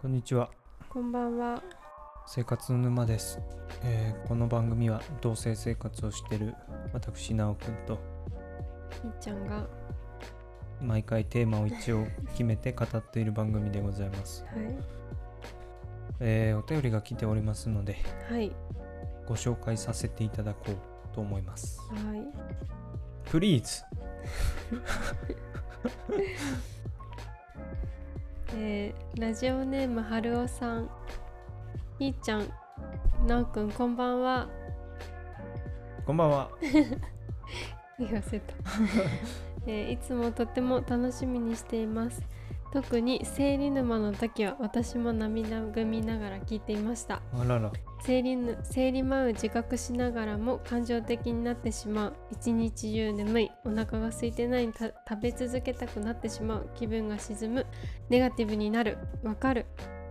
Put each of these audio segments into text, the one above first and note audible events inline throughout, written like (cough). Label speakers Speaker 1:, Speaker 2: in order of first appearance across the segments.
Speaker 1: こんにちは
Speaker 2: こんばんは。
Speaker 1: 生活の沼です、えーこの番組は同性生活をしている私直くんと
Speaker 2: みっちゃんが。は
Speaker 1: 毎回テーマを一応決めて語っている番組でございます、えーお便りが来ておりますので
Speaker 2: い。はい。
Speaker 1: ご紹介させていただこうと思います
Speaker 2: は
Speaker 1: プリーズ
Speaker 2: い。えー、ラジオネームはるおさん。みっちゃん。なおくん、こんばんは。
Speaker 1: こんばんは
Speaker 2: 言わせた、えーいつもとても楽しみにしています特に生理沼の時は私も涙ぐみながら聞いていました
Speaker 1: あらら
Speaker 2: 生理ぬ生理前を自覚しながらも感情的になってしまう一日中眠いお腹が空いてないのにた食べ続けたくなってしまう気分が沈むネガティブになるわかる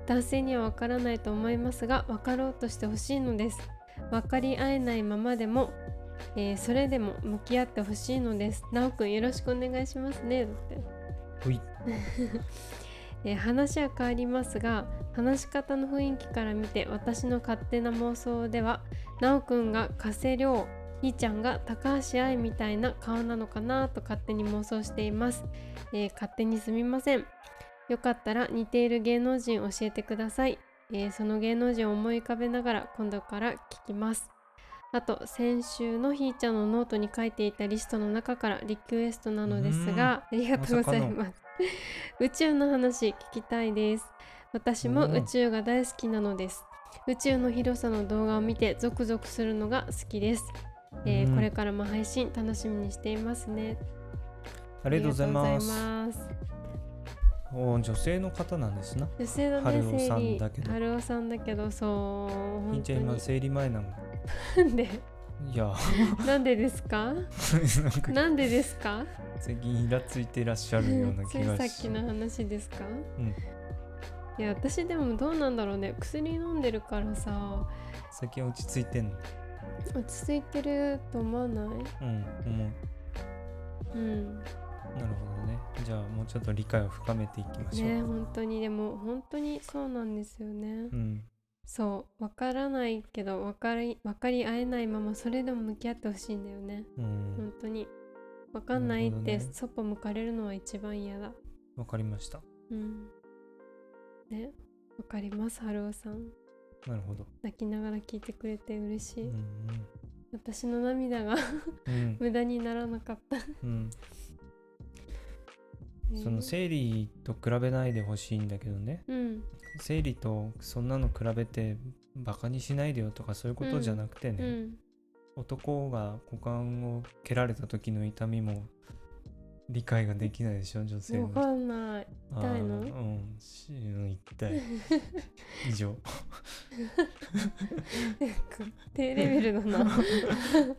Speaker 2: 男性にはわからないと思いますがわかろうとしてほしいのです分かり合えないままでも、えーそれでも向き合ってほしいのですなおくんよろしくお願いしますねだって
Speaker 1: ほい
Speaker 2: えー話は変わりますが話し方の雰囲気から見て私の勝手な妄想ではなおくんが加瀬亮ひーちゃんが高橋愛みたいな顔なのかなと勝手に妄想しています、えー勝手にすみませんよかったら似ている芸能人教えてください、えーその芸能人を思い浮かべながら今度から聞きますあと先週のひーちゃんのノートに書いていたリストの中からリクエストなのですがありがとうござい
Speaker 1: ま
Speaker 2: ます宇宙の話聞きたいです私も
Speaker 1: うん
Speaker 2: 宇宙が大好きなのです宇宙の広さの動画を見てゾクゾクするのが好きです、えー
Speaker 1: うん
Speaker 2: これからも配信楽しみにしていますね
Speaker 1: あ
Speaker 2: あ
Speaker 1: りがとうございま
Speaker 2: り
Speaker 1: す
Speaker 2: がとうございます
Speaker 1: お女性の方なんですな
Speaker 2: 女性の
Speaker 1: 春雄
Speaker 2: ね
Speaker 1: さん
Speaker 2: 生理
Speaker 1: だけど
Speaker 2: 春雄さんだけどそう
Speaker 1: ひ
Speaker 2: 本
Speaker 1: んち
Speaker 2: 当
Speaker 1: ゃん
Speaker 2: に
Speaker 1: 今生理前なの
Speaker 2: なんで
Speaker 1: いや
Speaker 2: (laughs) なんでです (laughs) か
Speaker 1: なんか
Speaker 2: なんでですか
Speaker 1: 最近イラついてらっしゃるような
Speaker 2: つ
Speaker 1: 気
Speaker 2: い (laughs)
Speaker 1: が
Speaker 2: さっ
Speaker 1: し
Speaker 2: きの話ですか、
Speaker 1: うん
Speaker 2: いや私でもどうなんだろうね薬飲んでるからさ
Speaker 1: 最近落ち着いてんの
Speaker 2: 落ち着いてると思わない
Speaker 1: うん思う
Speaker 2: うん
Speaker 1: なるほどねじゃあもうちょっと理解を深めていきましょう、
Speaker 2: ね本当にでも本当にそうなんですよね
Speaker 1: うん
Speaker 2: そう分からないけど分かり分かり合えないままそれでも向き合ってほしいんだよね
Speaker 1: うん
Speaker 2: 本当に分かんないっ
Speaker 1: なる
Speaker 2: て
Speaker 1: ほどね
Speaker 2: そっぽ向かれるのは一番嫌だ
Speaker 1: わかりました
Speaker 2: うんね分かります春雄さん
Speaker 1: なるほど
Speaker 2: 泣きながら聞いてくれて嬉し
Speaker 1: う
Speaker 2: い、
Speaker 1: ん
Speaker 2: 私の涙が (laughs)
Speaker 1: うん
Speaker 2: 無駄にならなかった、
Speaker 1: うん、うん、その生理と比べないでほしいんだけどね
Speaker 2: うん
Speaker 1: 生理とそんなの比べてバカにしないでよとかそういうことじゃなくてね、
Speaker 2: うん
Speaker 1: 男が股間を蹴られた時の痛みも理解ができないでしょ女性の
Speaker 2: 分
Speaker 1: 人
Speaker 2: かんない
Speaker 1: (laughs)
Speaker 2: 痛いの
Speaker 1: あーうんしうん痛
Speaker 2: (laughs)
Speaker 1: い以上
Speaker 2: 低レベルだな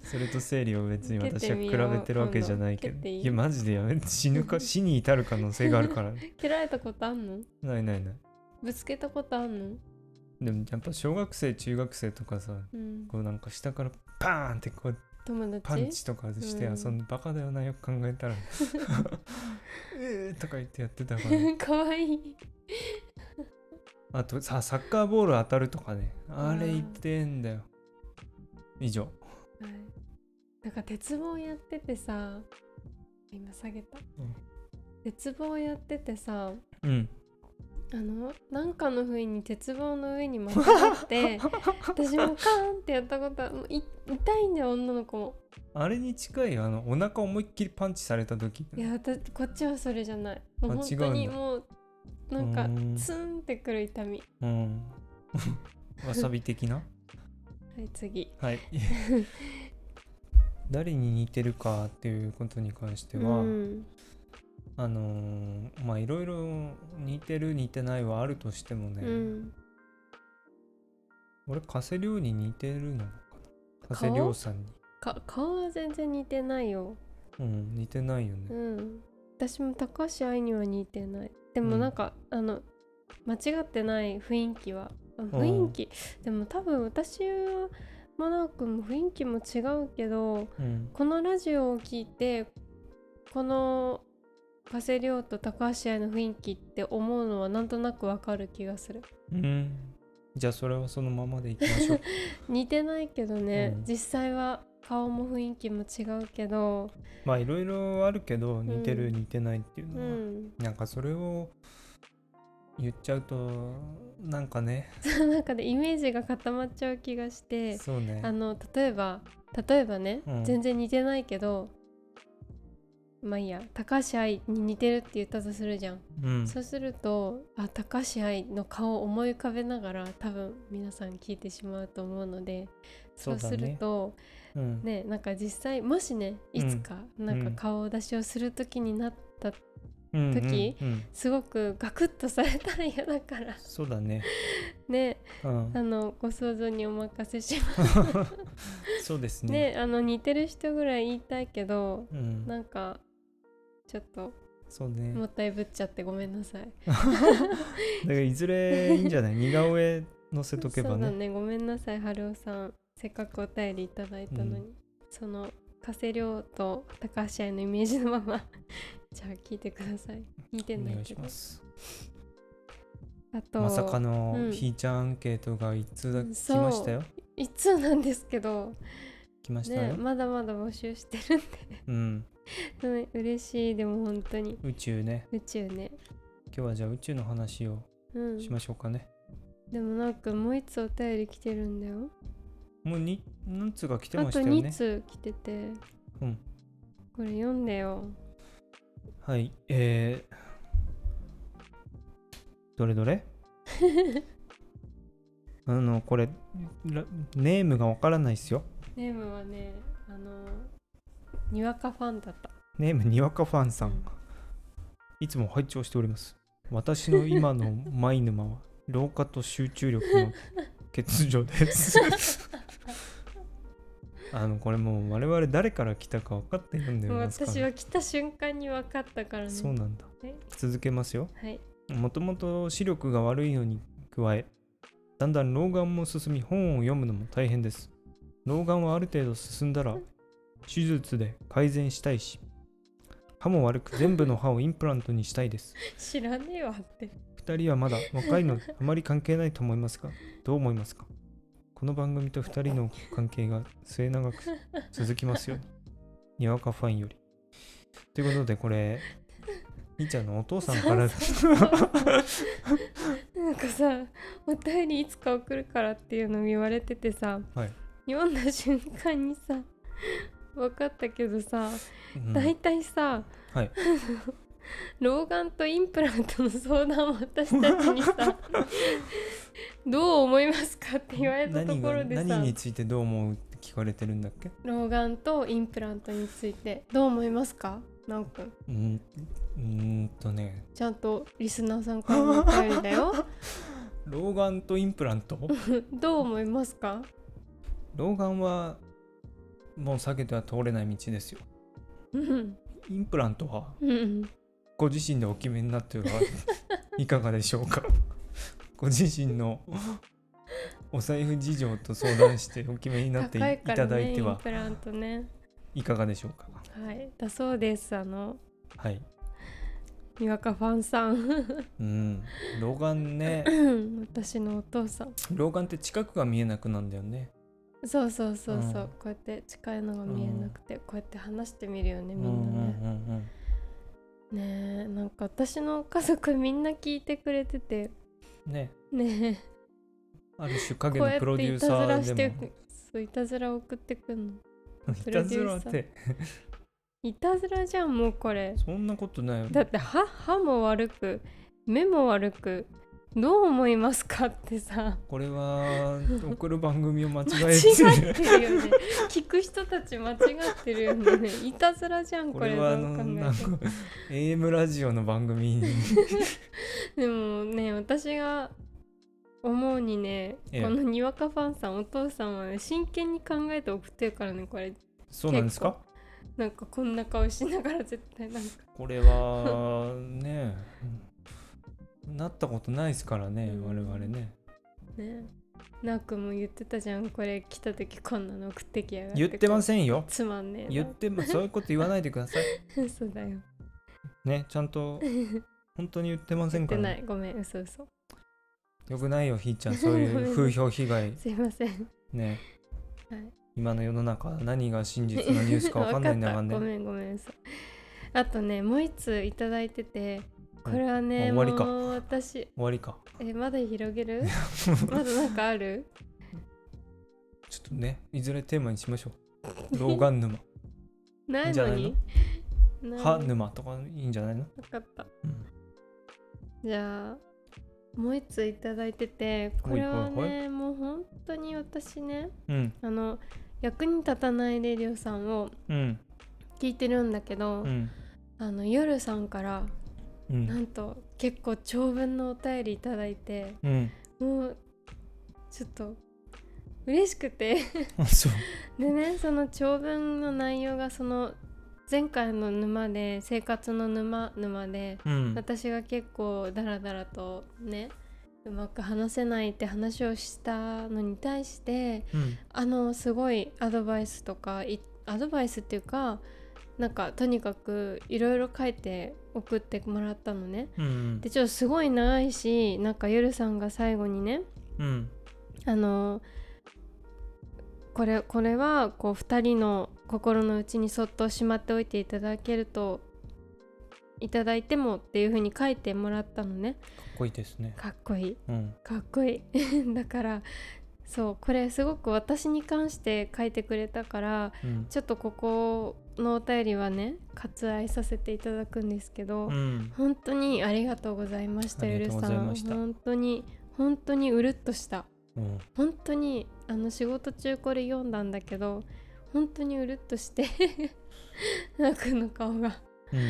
Speaker 1: それと生理を別に私は比べてるわけじゃないけ
Speaker 2: 蹴っ
Speaker 1: ど
Speaker 2: てみよう今度蹴っていい
Speaker 1: いやマジでやめて死ぬか死に至る可能性があるからな
Speaker 2: 蹴られたことあんの
Speaker 1: いないない
Speaker 2: ぶつけたことあんの
Speaker 1: でもやっぱ小学生中学生とかさ
Speaker 2: うん
Speaker 1: こうなんか下からパーンってこう
Speaker 2: 友
Speaker 1: パン
Speaker 2: (laughs) 達
Speaker 1: チとかして遊んで、
Speaker 2: う
Speaker 1: バカだよなよく考え
Speaker 2: (laughs)
Speaker 1: たら「えー」とか言ってやってたから、
Speaker 2: かわいい
Speaker 1: あとさサッカーボール当たるとかねあれ
Speaker 2: あー
Speaker 1: 言ってんだよ以上
Speaker 2: はいなんか鉄棒やっててさ今下げた、
Speaker 1: うん
Speaker 2: 鉄棒やっててさ
Speaker 1: うん
Speaker 2: あのなんかの不意に鉄棒の上にまたがって私もカーンってやったことあもうい痛いんだよ女の子も
Speaker 1: (laughs) あれに近いよあのお腹思いっきりパンチされた時
Speaker 2: いや私こっちはそれじゃないもう
Speaker 1: あ
Speaker 2: 本当
Speaker 1: 違
Speaker 2: に
Speaker 1: うんだ
Speaker 2: もうなんか
Speaker 1: うーん
Speaker 2: ツンってくる痛み
Speaker 1: うんわさび的
Speaker 2: (laughs)
Speaker 1: な
Speaker 2: はい次
Speaker 1: はい
Speaker 2: (laughs)
Speaker 1: 誰に似てるかっていうことに関しては、
Speaker 2: うん
Speaker 1: あのーまあいろいろ似てる似てないはあるとしてもね、
Speaker 2: うん
Speaker 1: 俺加瀬亮に似てるのかな加瀬
Speaker 2: 顔
Speaker 1: 亮さんに、
Speaker 2: か顔は全然似てないよ
Speaker 1: うん、似てないよね、
Speaker 2: うん私も高橋愛には似てないで
Speaker 1: う
Speaker 2: も
Speaker 1: ん
Speaker 2: なんか、あの間違ってない雰囲気はあ
Speaker 1: ん
Speaker 2: 雰囲気でも多分私はマナー君も雰囲気も違うけど
Speaker 1: うん
Speaker 2: このラジオを聞いてこの加瀬亮と高橋愛の雰囲気って思うのはなんとなくわかる気がする
Speaker 1: うんじゃあそれはそのままでいきま
Speaker 2: (laughs)
Speaker 1: しょう
Speaker 2: 似てないけどね、
Speaker 1: うん
Speaker 2: 実際は顔も雰囲気も違うけど
Speaker 1: まあいろいろあるけど似てる、
Speaker 2: うん
Speaker 1: 似てないっていう
Speaker 2: う
Speaker 1: のは、
Speaker 2: ん
Speaker 1: なんかそれを言っちゃうとなんかね
Speaker 2: (laughs) なんかねイメージが固まっちゃう気がして
Speaker 1: そうね
Speaker 2: あの例えば例えばね、
Speaker 1: うん
Speaker 2: 全然似てないけどまあいいや高橋愛に似てるって言ったとするじゃん、
Speaker 1: うん
Speaker 2: そうするとあ高橋愛の顔を思い浮かべながら多分皆さん聞いてしまうと思うので
Speaker 1: そ
Speaker 2: そうう
Speaker 1: だね
Speaker 2: すると
Speaker 1: うん
Speaker 2: ねなんか実際もしねいつかなんか顔出しをする時になった、
Speaker 1: うん
Speaker 2: 時
Speaker 1: うんうん
Speaker 2: すごくガクッとされたら嫌だから
Speaker 1: そうだね、
Speaker 2: ね (laughs)
Speaker 1: うん、
Speaker 2: あのご想像にお任せします
Speaker 1: そうですね
Speaker 2: ねあの似てる人ぐらい言いたいけど
Speaker 1: うん
Speaker 2: なんかちょっと
Speaker 1: そうね
Speaker 2: もったいぶっちゃってごめんなさい。
Speaker 1: だからいずれいいんじゃない似顔絵載せとけば
Speaker 2: そうだ
Speaker 1: ね
Speaker 2: ねごめんなさい春雄さんせっかくお便りいただいたのに、
Speaker 1: う
Speaker 2: その加瀬亮と高橋愛のイメージのまま (laughs) じゃあ聞いてください聞いて
Speaker 1: お
Speaker 2: ない
Speaker 1: 願いし
Speaker 2: けど
Speaker 1: ます
Speaker 2: あと
Speaker 1: まさかの
Speaker 2: うん
Speaker 1: ひーちゃんアンケートが一通だ
Speaker 2: うん
Speaker 1: 来
Speaker 2: そう
Speaker 1: ましたよ
Speaker 2: いつなんですけど
Speaker 1: 来ましたよ、
Speaker 2: ねまだまだ募集してる
Speaker 1: う
Speaker 2: ん
Speaker 1: ん
Speaker 2: で、ね、嬉しいでも本当に
Speaker 1: 宇宙ね
Speaker 2: 宇宙ね
Speaker 1: 今日はじゃあ宇宙の話を
Speaker 2: うん
Speaker 1: しましょうかね、
Speaker 2: でもなんかもう一つお便り来てるんだよ
Speaker 1: もうに何通か来て
Speaker 2: あ
Speaker 1: まし
Speaker 2: と
Speaker 1: たよ
Speaker 2: 2
Speaker 1: ね
Speaker 2: 通来てて、
Speaker 1: うん
Speaker 2: これ読んでよ (laughs)
Speaker 1: はいえー、どれどれあのこれラネームがわからないですよ
Speaker 2: ネームはねあのにわかファンだった
Speaker 1: ネームにわかファンさ
Speaker 2: うんん
Speaker 1: いつも拝聴しております私の今のマイ沼は老化と集中力の欠如ですあのこれもう我々誰から来たか分かって読んで
Speaker 2: もう
Speaker 1: ますから
Speaker 2: 私は来た瞬間に分かったからね
Speaker 1: そうなんだ
Speaker 2: はい
Speaker 1: 続けますよ
Speaker 2: はい
Speaker 1: もともと視力が悪いのに加えだんだん老眼も進み本を読むのも大変です老眼はある程度進んだら手術で改善したいし歯も悪く全部の歯をインプラントにしたいです
Speaker 2: 知らねえわ
Speaker 1: (laughs)
Speaker 2: って
Speaker 1: 2人はまだ若いのであまり関係ないと思いますがどう思いますかこの番組と2人の関係が末永く続きますように (laughs) にわかファンよりということでこれいーちゃんのお父さんから
Speaker 2: (laughs) なんかさお便りいつか送るからっていうの言われててさ、
Speaker 1: はい
Speaker 2: 読んだ瞬間にさ分かったけどさ、
Speaker 1: うん
Speaker 2: 大体さ、
Speaker 1: はい
Speaker 2: 老眼とインプラントの相談を私たちにさ
Speaker 1: (laughs)
Speaker 2: どう思いますかって言われたところで
Speaker 1: 何が
Speaker 2: さ
Speaker 1: 何についてどう思うって聞かれてるんだっけ
Speaker 2: 老眼とインプラントについてどう思いますかなおくん
Speaker 1: うんうーんとね
Speaker 2: ちゃんとリスナーさんからのお便りだ
Speaker 1: (laughs)
Speaker 2: よ
Speaker 1: 老眼とインプラン
Speaker 2: (laughs)
Speaker 1: ト
Speaker 2: どう思いますか
Speaker 1: 老眼はもう避けては通れない道ですよ
Speaker 2: うん
Speaker 1: インプラントは
Speaker 2: うん
Speaker 1: ご自身でお決めになってはいかがでしょうか (laughs) ご自身のお財布事情と相談してお決めになってい,、
Speaker 2: 高いか
Speaker 1: た
Speaker 2: ら
Speaker 1: だ
Speaker 2: ね
Speaker 1: い
Speaker 2: イ
Speaker 1: て
Speaker 2: ン
Speaker 1: は
Speaker 2: プラントね
Speaker 1: いかがでしょうか
Speaker 2: はいだそうですあの
Speaker 1: はい
Speaker 2: にわかファンさん (laughs)
Speaker 1: うん老眼ね
Speaker 2: 私のお父さん
Speaker 1: 老眼って近くが見えなくなんだよね
Speaker 2: そうそうそうそう、
Speaker 1: うん
Speaker 2: こうやって近いのが見えなくて、こうやって話してみるよねみ
Speaker 1: うん
Speaker 2: んなね、
Speaker 1: うん
Speaker 2: ねえなんか私の家族みんな聞いてくれてて
Speaker 1: うんね
Speaker 2: ねえ
Speaker 1: ある種影
Speaker 2: こう
Speaker 1: の
Speaker 2: や
Speaker 1: プロ
Speaker 2: っ
Speaker 1: デ
Speaker 2: て
Speaker 1: ュ
Speaker 2: い
Speaker 1: ー
Speaker 2: た
Speaker 1: サ
Speaker 2: ずら
Speaker 1: ー
Speaker 2: し
Speaker 1: で
Speaker 2: て
Speaker 1: も
Speaker 2: くそういたずら送ってくん
Speaker 1: い
Speaker 2: の
Speaker 1: たずらっ
Speaker 2: プロデ
Speaker 1: て
Speaker 2: いたずらじゃんもうこれ
Speaker 1: そんなことないよ
Speaker 2: だって歯歯も悪く目も悪くどう思いますかってさ
Speaker 1: これは送る番組を間違
Speaker 2: 間違
Speaker 1: えてる
Speaker 2: ってるよね聞く人たち間違ってるよねいたずらじゃんこ
Speaker 1: こ
Speaker 2: れ
Speaker 1: れ
Speaker 2: どう
Speaker 1: はあ
Speaker 2: 考
Speaker 1: のなん
Speaker 2: えて
Speaker 1: か
Speaker 2: も
Speaker 1: AM ラジオの番組に
Speaker 2: (laughs) でもね私が思うにね、
Speaker 1: ええ
Speaker 2: このにわかファンさんお父さんは、ね、真剣に考えて送ってるからねこれ
Speaker 1: そうなんですか
Speaker 2: なんかこんな顔しながら絶対なんか、
Speaker 1: これはねなったことないですからね、
Speaker 2: うん
Speaker 1: 我々ね
Speaker 2: ねなーくんも言ってたじゃんこれ来た時こんなの送ってきやがって
Speaker 1: 言ってま
Speaker 2: ん
Speaker 1: せんよ
Speaker 2: つまんねえ
Speaker 1: 言
Speaker 2: な
Speaker 1: ってまそういうこと言わないでください
Speaker 2: そうだよ (laughs)
Speaker 1: ねちゃんと本当に言ってませ
Speaker 2: 言
Speaker 1: ん
Speaker 2: って
Speaker 1: から、
Speaker 2: ないごめん嘘嘘
Speaker 1: よくないよひーちゃんそうい
Speaker 2: ごめんな
Speaker 1: う
Speaker 2: さい
Speaker 1: 風評被害
Speaker 2: すいません
Speaker 1: ね、
Speaker 2: はい
Speaker 1: 今の世の中何が真実のニュースか分かんないんだから
Speaker 2: (laughs) わったご
Speaker 1: ね
Speaker 2: めんごめん嘘あとねもう一通いただいててこれはね、
Speaker 1: うん
Speaker 2: も
Speaker 1: もう終
Speaker 2: う
Speaker 1: わりか
Speaker 2: 私
Speaker 1: 終わりか (laughs)
Speaker 2: えまだ広げるまだなんかある
Speaker 1: ちょっとねいずれテーマにしましょう老眼沼
Speaker 2: ない
Speaker 1: じゃ
Speaker 2: の
Speaker 1: ないの
Speaker 2: にない
Speaker 1: 歯沼とかいいんじゃないの
Speaker 2: わかった、
Speaker 1: うん
Speaker 2: じゃあもう一通いただいててこれ
Speaker 1: は
Speaker 2: は
Speaker 1: いは
Speaker 2: ねもう本当に私ね
Speaker 1: うん
Speaker 2: あの役に立たないレディオさんを
Speaker 1: うん
Speaker 2: 聞いてるんだけど、
Speaker 1: うん
Speaker 2: あの夜さんから
Speaker 1: う
Speaker 2: なんんと結構長文のお便りいただいて
Speaker 1: うん
Speaker 2: もうちょっと嬉しくて (laughs)
Speaker 1: あそう
Speaker 2: でねその長文の内容がその前回の沼で生活の沼沼で
Speaker 1: うん
Speaker 2: 私が結構ダラダラとねうまく話せないって話をしたのに対して
Speaker 1: うん
Speaker 2: あのすごいアドバイスとかいアドバイスっていうかなんかとにかくいろいろ書いて送ってもらったのね。
Speaker 1: うん
Speaker 2: でちょっとすごい長いしなんかゆるさんが最後にね
Speaker 1: うん
Speaker 2: あのこれこれはこう2人の心の内にそっとしまっておいていただけるといただいてもっていう風に書いてもらったのね
Speaker 1: かっこいいですね
Speaker 2: かっこいい
Speaker 1: うん
Speaker 2: かっこいい (laughs) だからそうこれすごく私に関して書いてくれたから
Speaker 1: うん
Speaker 2: ちょっとここのお便りはね割愛させていただくんですけど、
Speaker 1: うん
Speaker 2: 本当にありがとうございました
Speaker 1: あ
Speaker 2: ゆ
Speaker 1: り
Speaker 2: る
Speaker 1: がとうご
Speaker 2: さ
Speaker 1: ざい
Speaker 2: ん
Speaker 1: ました
Speaker 2: 本当に本当にうるっとした
Speaker 1: うん
Speaker 2: 本当にあの仕事中これ読んだんだけど本当にうるっとして (laughs) なんかの顔が
Speaker 1: うん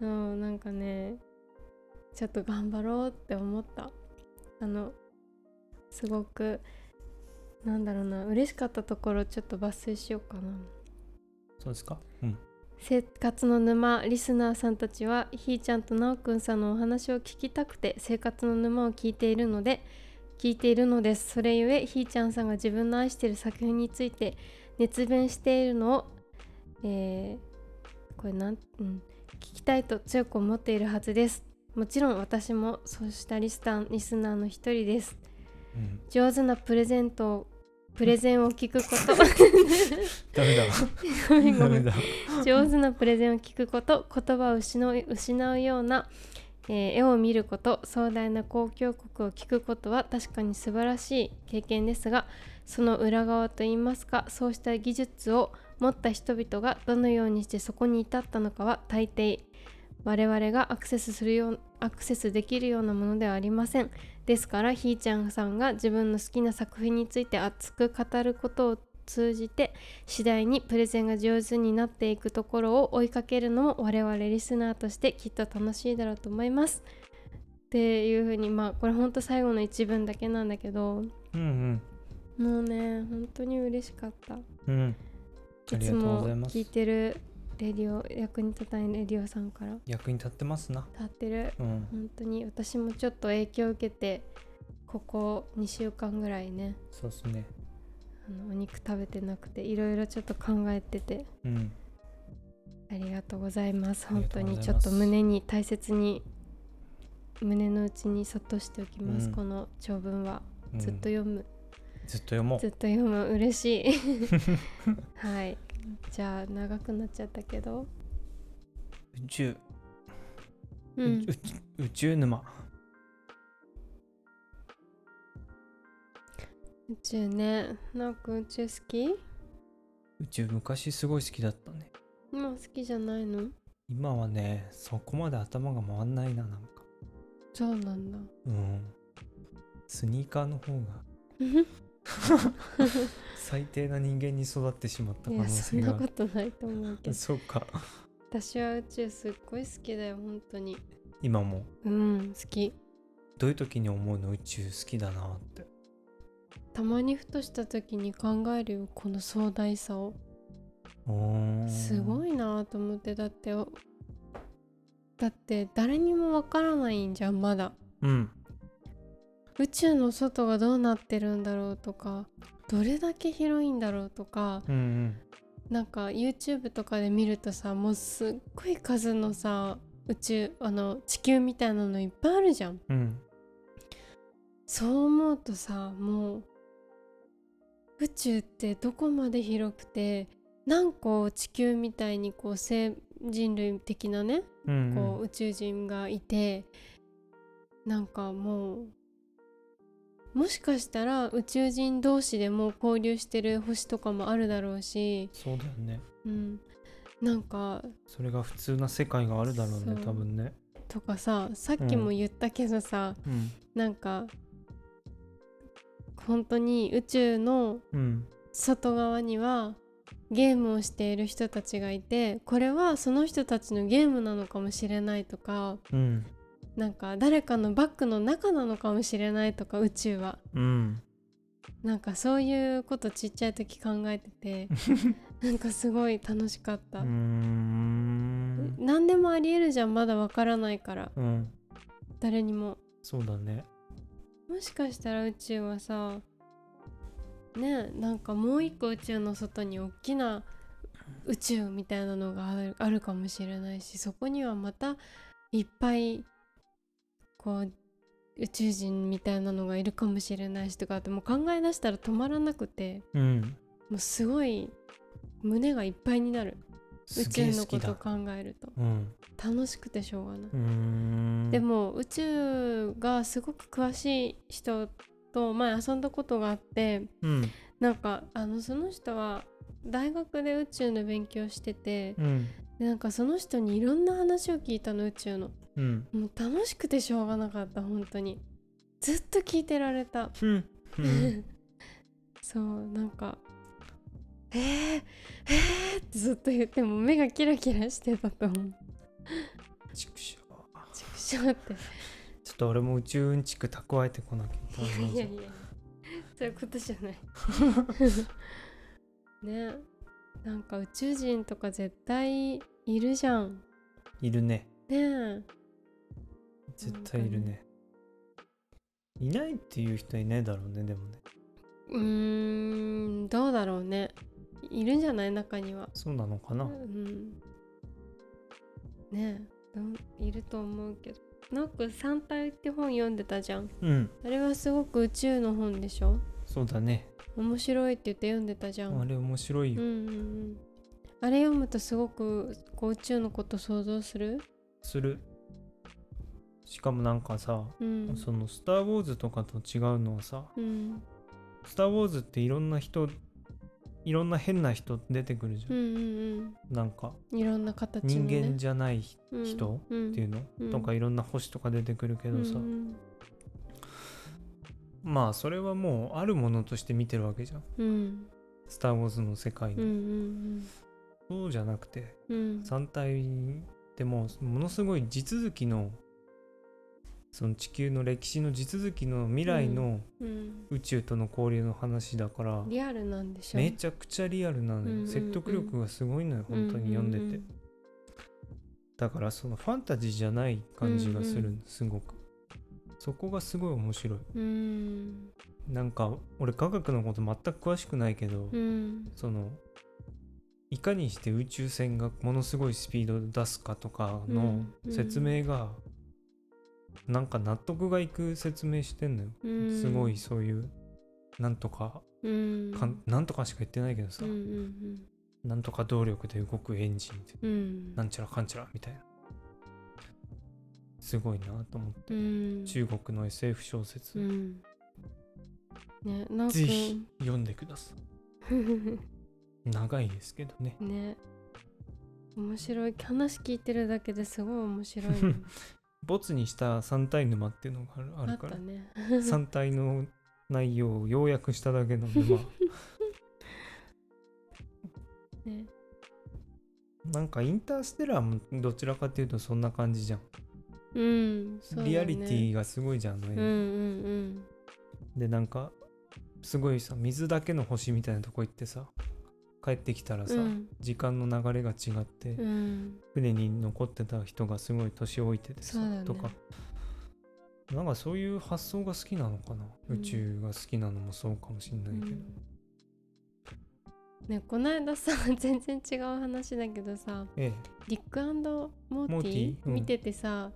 Speaker 2: うんなんかねちょっと頑張ろうって思ったあのすごくなんだろうな嬉しかったところちょっと抜粋しようかな
Speaker 1: そうですかうん
Speaker 2: 生活の沼リスナーさんたちはひーちゃんとなおくんさんのお話を聞きたくて生活の沼を聞いているので聞いているのですそれゆえひーちゃんさんが自分の愛している作品について熱弁しているのを、えーこれなん、うん、聞きたいと強く思っているはずですもちろん私もそうしたリスタンリスナーの一人です
Speaker 1: うん
Speaker 2: 上手なプレゼントをプレゼンを聞くこと
Speaker 1: ダメだ
Speaker 2: ごめんご
Speaker 1: ダ
Speaker 2: め
Speaker 1: メ
Speaker 2: ん
Speaker 1: だ
Speaker 2: 上手なプレゼンを聞くこと言葉を失う失うような、えー絵を見ること壮大な公共国を聞くことは確かに素晴らしい経験ですがその裏側といいますかそうした技術を持った人々がどのようにしてそこに至ったのかは大抵我々がアクセスするようアクセスできるようなものではありませんですからひーちゃんさんが自分の好きな作品について熱く語ることを通じて次第にプレゼンが上手になっていくところを追いかけるのも我々リスナーとしてきっと楽しいだろうと思いますっていうふうにまあこれほんと最後の一文だけなんだけど
Speaker 1: うん
Speaker 2: もうね本当に嬉しかった
Speaker 1: うんうんあ
Speaker 2: い
Speaker 1: りが
Speaker 2: つ
Speaker 1: とうご
Speaker 2: も
Speaker 1: ざいます
Speaker 2: 聞いてるレディオ役に立たないレディオさんから
Speaker 1: 役に立ってますな
Speaker 2: 立ってる
Speaker 1: うん
Speaker 2: 本当に私もちょっと影響を受けてここ2週間ぐらいね
Speaker 1: そうですね
Speaker 2: あのお肉食べてなくていろいろちょっと考えてて
Speaker 1: うん
Speaker 2: ありがとうございます。
Speaker 1: あり
Speaker 2: 本
Speaker 1: がと
Speaker 2: 当
Speaker 1: うござい
Speaker 2: に
Speaker 1: ます
Speaker 2: ちょっと胸に大切に胸の内にそっとしておきます。
Speaker 1: うん
Speaker 2: この長文は
Speaker 1: うん
Speaker 2: ずっと読む、
Speaker 1: ずっと読もう
Speaker 2: ずっと読む嬉しい。はい。 (laughs) じゃあ長くなっちゃったけど、
Speaker 1: 宇宙
Speaker 2: うん
Speaker 1: 宇、宙宇宙沼
Speaker 2: 宇宙ね。なんか宇宙好き？
Speaker 1: 宇宙昔すごい好きだったね
Speaker 2: 今好きじゃないの？
Speaker 1: 今はねそこまで頭が回んないななんか
Speaker 2: そうなんだ。
Speaker 1: うんスニーカーの方が最低な人間に育ってしまった
Speaker 2: い
Speaker 1: 可
Speaker 2: や
Speaker 1: 能
Speaker 2: そ
Speaker 1: 性
Speaker 2: んな
Speaker 1: が
Speaker 2: ことないと思う
Speaker 1: (laughs)
Speaker 2: けど、
Speaker 1: そうか
Speaker 2: 私は宇宙すっごい好きだよ本当に。
Speaker 1: 今も
Speaker 2: うん好き。
Speaker 1: どういう時に思うの宇宙好きだなって
Speaker 2: たまにふとした時に考えるよこの壮大さを。すご
Speaker 1: い
Speaker 2: いなと思ってだっておだって誰にもわからないんじゃんまだ
Speaker 1: うん
Speaker 2: 宇宙の外がどうなってるんだろうとかどれだけ広いんだろうとか
Speaker 1: うんうん
Speaker 2: なんか YouTube とかで見るとさもうすっごい数のさ宇宙あの地球みたいなのいっぱいあるじゃん
Speaker 1: うん
Speaker 2: そう思うとさもう宇宙ってどこまで広くて何個地球みたいにこう生人類的なね
Speaker 1: うん
Speaker 2: こう宇宙人がいてなんかもうもしかしたら宇宙人同士でも交流してる星とかもあるだろうし、
Speaker 1: そうだよね
Speaker 2: うん、なんか
Speaker 1: それが普通な世界があるだろうね
Speaker 2: そう
Speaker 1: 多分ね
Speaker 2: とかささっきも言ったけどさ、
Speaker 1: うん
Speaker 2: なんか本当に宇宙の
Speaker 1: うん
Speaker 2: 外側にはゲームをしている人たちがいてこれはその人たちのゲームなのかもしれないとか
Speaker 1: うん
Speaker 2: なんか誰かのバッグの中なのかもしれないとか宇宙は
Speaker 1: うん
Speaker 2: なんかそういうことちっちゃい時考えててなんかすごい楽しかっ
Speaker 1: う
Speaker 2: た、
Speaker 1: ーん
Speaker 2: 何でもありえるじゃんまだわからないから
Speaker 1: うん
Speaker 2: 誰にも
Speaker 1: そうだね
Speaker 2: もしかしたら宇宙はさねえなんかもう一個宇宙の外に大きな宇宙みたいなのがあるあるかもしれないしそこにはまたいっぱいこう宇宙人みたいなのがいるかもしれないしとかってもう考え出したら止まらなくて
Speaker 1: うん
Speaker 2: もうすごい胸がいっぱいになる宇
Speaker 1: すげ
Speaker 2: 宙
Speaker 1: え
Speaker 2: の
Speaker 1: 好
Speaker 2: こ
Speaker 1: き
Speaker 2: と
Speaker 1: だ
Speaker 2: を考えると
Speaker 1: うん
Speaker 2: 楽しくてしょうがないう
Speaker 1: ーん
Speaker 2: でも宇宙がすごく詳しい人と前遊んだことがあって
Speaker 1: うん
Speaker 2: なんかあのその人は大学で宇宙の勉強してて
Speaker 1: うん
Speaker 2: でなんかその人にいろんな話を聞いたの宇宙の
Speaker 1: うん
Speaker 2: もう楽しくてしょうがなかった本当にずっと聞いてられた
Speaker 1: うん
Speaker 2: (laughs) そうなんか「えー、えー」ってずっと言っても目がキラキラしてたと思う
Speaker 1: ちくしょう
Speaker 2: ちくしょうって
Speaker 1: ちょっと俺も宇宙うんちく蓄えてこなきゃ
Speaker 2: いやいやいやそういうことじゃない (laughs) ねなんか宇宙人とか絶対いるじゃん
Speaker 1: いるね
Speaker 2: ねえ
Speaker 1: 絶対いるねいないっていう人いないだろうねでもね
Speaker 2: うーんどうだろうねいるんじゃない中には
Speaker 1: そうなのか
Speaker 2: う
Speaker 1: な、
Speaker 2: んねえどういると思うけどなんか「三体」って本読んでたじゃん
Speaker 1: うん
Speaker 2: あれはすごく宇宙の本でしょ
Speaker 1: そうだね
Speaker 2: 面白いって言って読んでたじゃん
Speaker 1: あれ面白いよ、
Speaker 2: うんうんうんあれ読むとすごくこう宇宙のこと想像する、
Speaker 1: するしかもなんかさ、
Speaker 2: うん、
Speaker 1: その「スター・ウォーズ」とかと違うのはさ
Speaker 2: うん
Speaker 1: 「スター・ウォーズ」っていろんな人いろんな変な人出てくるじゃ
Speaker 2: うん
Speaker 1: ん、
Speaker 2: うん
Speaker 1: なんか
Speaker 2: うんいろんな形の、
Speaker 1: 人
Speaker 2: ね、
Speaker 1: 間じゃない人
Speaker 2: 間
Speaker 1: 人
Speaker 2: っ
Speaker 1: っていううの、
Speaker 2: うん
Speaker 1: とかいろんな星とか出てくるけ
Speaker 2: け
Speaker 1: どさ、
Speaker 2: うん
Speaker 1: まあそれはもうあるものとして見てるわけじゃん
Speaker 2: うん
Speaker 1: 「スター・ウォーズ」の世界
Speaker 2: うんう
Speaker 1: の、
Speaker 2: ん
Speaker 1: そうじゃなくて
Speaker 2: うんうん
Speaker 1: 3体ってもうものすごい地続きのその地球の歴史の地続きの未来の
Speaker 2: うん
Speaker 1: 宇宙との交流の話だから、
Speaker 2: リアルなんでしょ
Speaker 1: めちゃくちゃリアルなのよ、
Speaker 2: うんうんうん
Speaker 1: 説得力がすごいのよ本当に読んでて、
Speaker 2: うんうんうん
Speaker 1: だからそのファンタジーじゃない感じがする、
Speaker 2: うん
Speaker 1: すごくそこがすごい面白い
Speaker 2: うん
Speaker 1: なんか俺科学のこと全く詳しくないけど、
Speaker 2: うん
Speaker 1: そのいかにして宇宙船がものすごいスピードで出すかとかの
Speaker 2: うん
Speaker 1: 説明が、なんか納得がいく説明してんのよ、
Speaker 2: うん
Speaker 1: すごいそういうなんとか
Speaker 2: うん
Speaker 1: かんなんとかしか言ってないけどさ、
Speaker 2: うんうん
Speaker 1: なんとか動力で動くエンジンって
Speaker 2: うんうん
Speaker 1: なんちゃらかんちゃらみたいなすごいなと思って
Speaker 2: うん
Speaker 1: 中国の SF 小説、
Speaker 2: うんねなおく
Speaker 1: ぜ
Speaker 2: (laughs)
Speaker 1: ひ
Speaker 2: ん
Speaker 1: 読んでください長いですけどね
Speaker 2: ね面白い話聞いてるだけですごい面白いもん
Speaker 1: ボツにした三体沼っていうのがある (laughs) あ
Speaker 2: あ
Speaker 1: る
Speaker 2: っ
Speaker 1: か
Speaker 2: た
Speaker 1: ら
Speaker 2: ね (laughs)
Speaker 1: 三体の内容を要約しただけの沼
Speaker 2: ね (laughs)
Speaker 1: なんかインターステラーもどちらかというとそんな感じじゃん、
Speaker 2: うんそうだね
Speaker 1: リアリティがすごいじゃんあの映
Speaker 2: うん
Speaker 1: 画
Speaker 2: うん
Speaker 1: でなんかすごいさ水だけの星みたいなとこ行ってさ帰ってきたら
Speaker 2: う
Speaker 1: さ、
Speaker 2: んうん
Speaker 1: 時間の流れが違って、
Speaker 2: うん
Speaker 1: 船に残ってた人がすごい年老いててさ、
Speaker 2: そうだね
Speaker 1: とかなんかそういう発想が好きなのかな、
Speaker 2: うん
Speaker 1: 宇宙が好きなのもそうかもしんないけど、
Speaker 2: ねこの間さ (laughs) 全然違う話だけどさ
Speaker 1: ええ
Speaker 2: リックモ
Speaker 1: モ
Speaker 2: ー
Speaker 1: ー
Speaker 2: テ
Speaker 1: テ
Speaker 2: ィ
Speaker 1: ィうん
Speaker 2: 見ててさ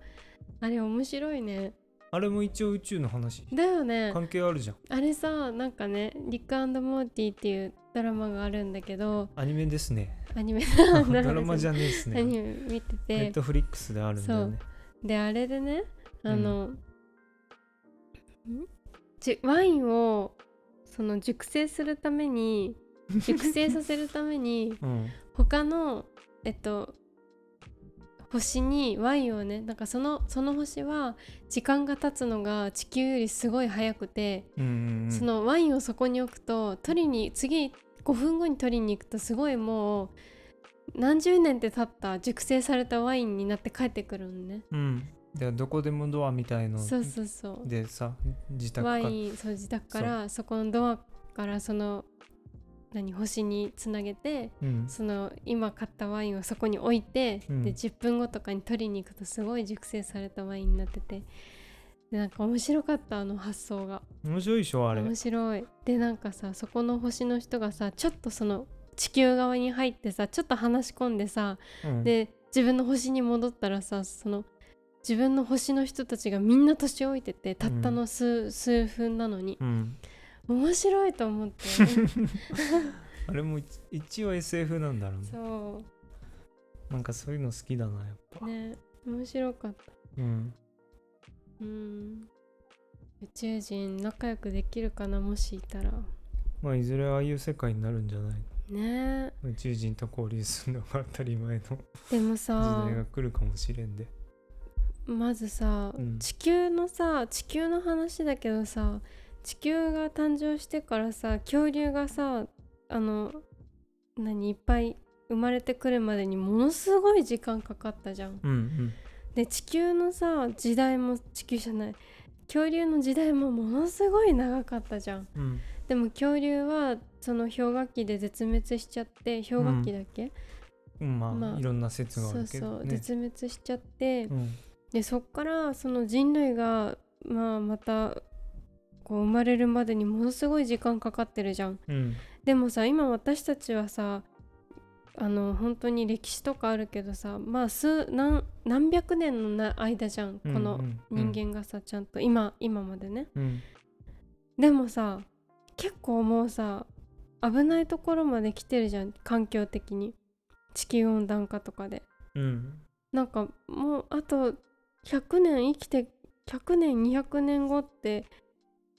Speaker 2: あれ面白いね
Speaker 1: あれも一応宇宙の話
Speaker 2: だよね
Speaker 1: 関係あるじゃん
Speaker 2: あれさなんかねリックモーティっていうドラマがあるんだけど
Speaker 1: アニメですね
Speaker 2: アニメ
Speaker 1: (laughs) ドラマじゃねえです
Speaker 2: アニ
Speaker 1: ね
Speaker 2: メ見て
Speaker 1: ネ
Speaker 2: て
Speaker 1: ットフリックスであるんだよね
Speaker 2: であれでねあの、んじゅワインをその熟成するために熟成させるために
Speaker 1: うん
Speaker 2: 他のえっと星にワインをねなんかそのその星は時間が経つのが地球よりすごい早くて、
Speaker 1: うんうんうん
Speaker 2: そのワインをそこに置くと取りに次5分後に取りに行くとすごいもう何十年って経った熟成されたワインになって帰ってくるのね。
Speaker 1: うんでどこでもドアみたいの
Speaker 2: そうそうそう
Speaker 1: でさ自宅か
Speaker 2: ワ
Speaker 1: ら
Speaker 2: インそう自宅からそこのドアからその何星につなげて
Speaker 1: うん
Speaker 2: その今買ったワインをそこに置いて、
Speaker 1: うん
Speaker 2: で10分後とかに取りに行くとすごい熟成されたワインになっててでなんか面白かったあの発想が
Speaker 1: 面白いでしょあれ
Speaker 2: 面白いでなんかさそこの星の人がさちょっとその地球側に入ってさちょっと話し込んでさ、
Speaker 1: うん
Speaker 2: で自分の星に戻ったらさその自分の星の人たちがみんな年老いててたったの数,、数分なのに
Speaker 1: うん
Speaker 2: 面白いと思
Speaker 1: (laughs)
Speaker 2: って
Speaker 1: あれも一一応 SF なんだろうね
Speaker 2: そ
Speaker 1: なんかそういうの好きだなやっぱ
Speaker 2: うね面白かった
Speaker 1: うん
Speaker 2: うん宇宙人仲良くできるかなもしいたら
Speaker 1: まあいずれああいう世界になるんじゃない
Speaker 2: ね
Speaker 1: 宇宙人と交流するのが当たり前の時
Speaker 2: でもさ
Speaker 1: 代が来るかもしれんで
Speaker 2: まずさ、
Speaker 1: うん
Speaker 2: 地球のさ地球の話だけどさ地球が誕生してからさ恐竜がさあの何いっぱい生まれてくるまでにものすごい時間かかったじゃん。
Speaker 1: うんうん
Speaker 2: で地球のさ時代も地球じゃない恐竜の時代もものすごい長かったじゃん。
Speaker 1: うん
Speaker 2: でも恐竜はその氷河期で絶滅しちゃって氷河期だっけ、
Speaker 1: うんまあ、
Speaker 2: まあ
Speaker 1: いろんな説があ
Speaker 2: そう
Speaker 1: るけ
Speaker 2: そ
Speaker 1: ど
Speaker 2: う、
Speaker 1: ね
Speaker 2: 絶滅しちゃって、
Speaker 1: うん
Speaker 2: でそっからその人類が、まあ、またこう生まれるまでにものすごい時間かかってるじゃん。
Speaker 1: うん
Speaker 2: でもさ今私たちはさあの本当に歴史とかあるけどさまあ数何何百年のな間じゃんこ
Speaker 1: うん
Speaker 2: の
Speaker 1: うん
Speaker 2: 人間がさちゃんと今今までね。
Speaker 1: うん
Speaker 2: でもさ結構もうさ危ないところまで来てるじゃん環境的に地球温暖化とかで
Speaker 1: うん
Speaker 2: なんかもうあと100年生きて100年200年後って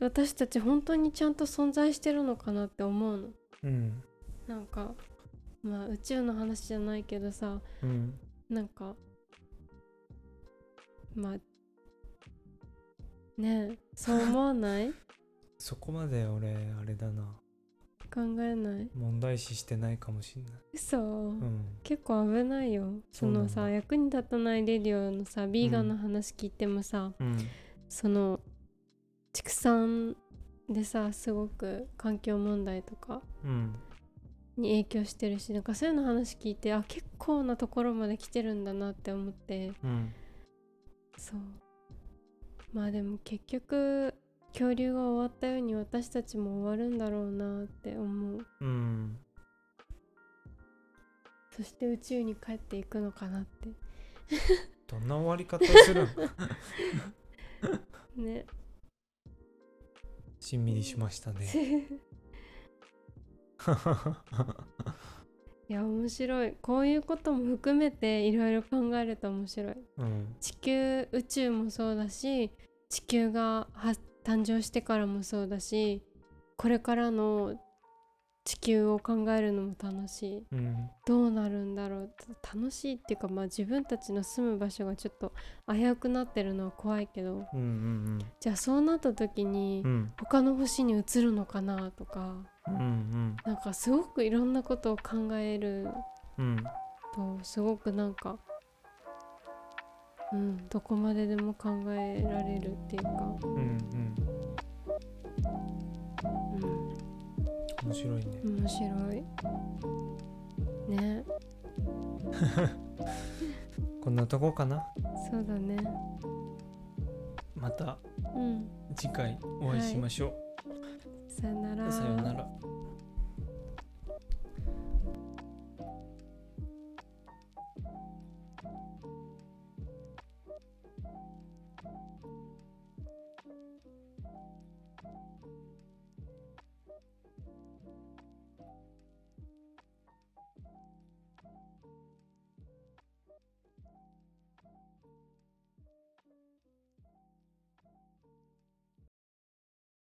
Speaker 2: 私たち本当にちゃんと存在してるのかなって思うの
Speaker 1: うん
Speaker 2: なんかまあ宇宙の話じゃないけどさ
Speaker 1: うん
Speaker 2: なんかまあねえそう思わない
Speaker 1: そこまで俺あれだな
Speaker 2: 考えない
Speaker 1: 問題視してないかもしれない
Speaker 2: 嘘、
Speaker 1: うん
Speaker 2: 結構危ないよそ
Speaker 1: そうなん
Speaker 2: の
Speaker 1: だ
Speaker 2: さ役に立たないレディオのさビーガンの話聞いてもさ、
Speaker 1: うん
Speaker 2: その畜産でさすごく環境問題とか
Speaker 1: うん
Speaker 2: に影響してるしなんかそういうの話聞いてあ結構なところまで来てるんだなって思って
Speaker 1: うん
Speaker 2: そうまあでも結局恐竜が終わったように私たちも終わるんだろうなって思う
Speaker 1: うん
Speaker 2: そして宇宙に帰っていくのかなって
Speaker 1: どんな終わり方するん (laughs)
Speaker 2: ね
Speaker 1: しんみりしましたね
Speaker 2: いや面白いこういうことも含めていろいろ考えると面白い
Speaker 1: (laughs) うん
Speaker 2: 地球宇宙もそうだし地球がは誕生してからもそうだしこれからの地球を考えるのも楽しい
Speaker 1: うん
Speaker 2: どうなるんだろうた楽しいっていうかまあ自分たちの住む場所がちょっと危うくなってるのは怖いけど
Speaker 1: うんうん
Speaker 2: じゃあそうなった時に
Speaker 1: うんうん
Speaker 2: 他の星に移るのかなとか
Speaker 1: うん
Speaker 2: なんかすごくいろんなことを考える
Speaker 1: うんうん
Speaker 2: とすごくなんかうんどこまででも考えられるっていうか、
Speaker 1: うん
Speaker 2: う
Speaker 1: 面白いね
Speaker 2: ん、面白いね
Speaker 1: こんなとこかな
Speaker 2: そうだね
Speaker 1: また
Speaker 2: うん
Speaker 1: 次回お会いしましょ
Speaker 2: さよな
Speaker 1: う、
Speaker 2: ら
Speaker 1: さようなら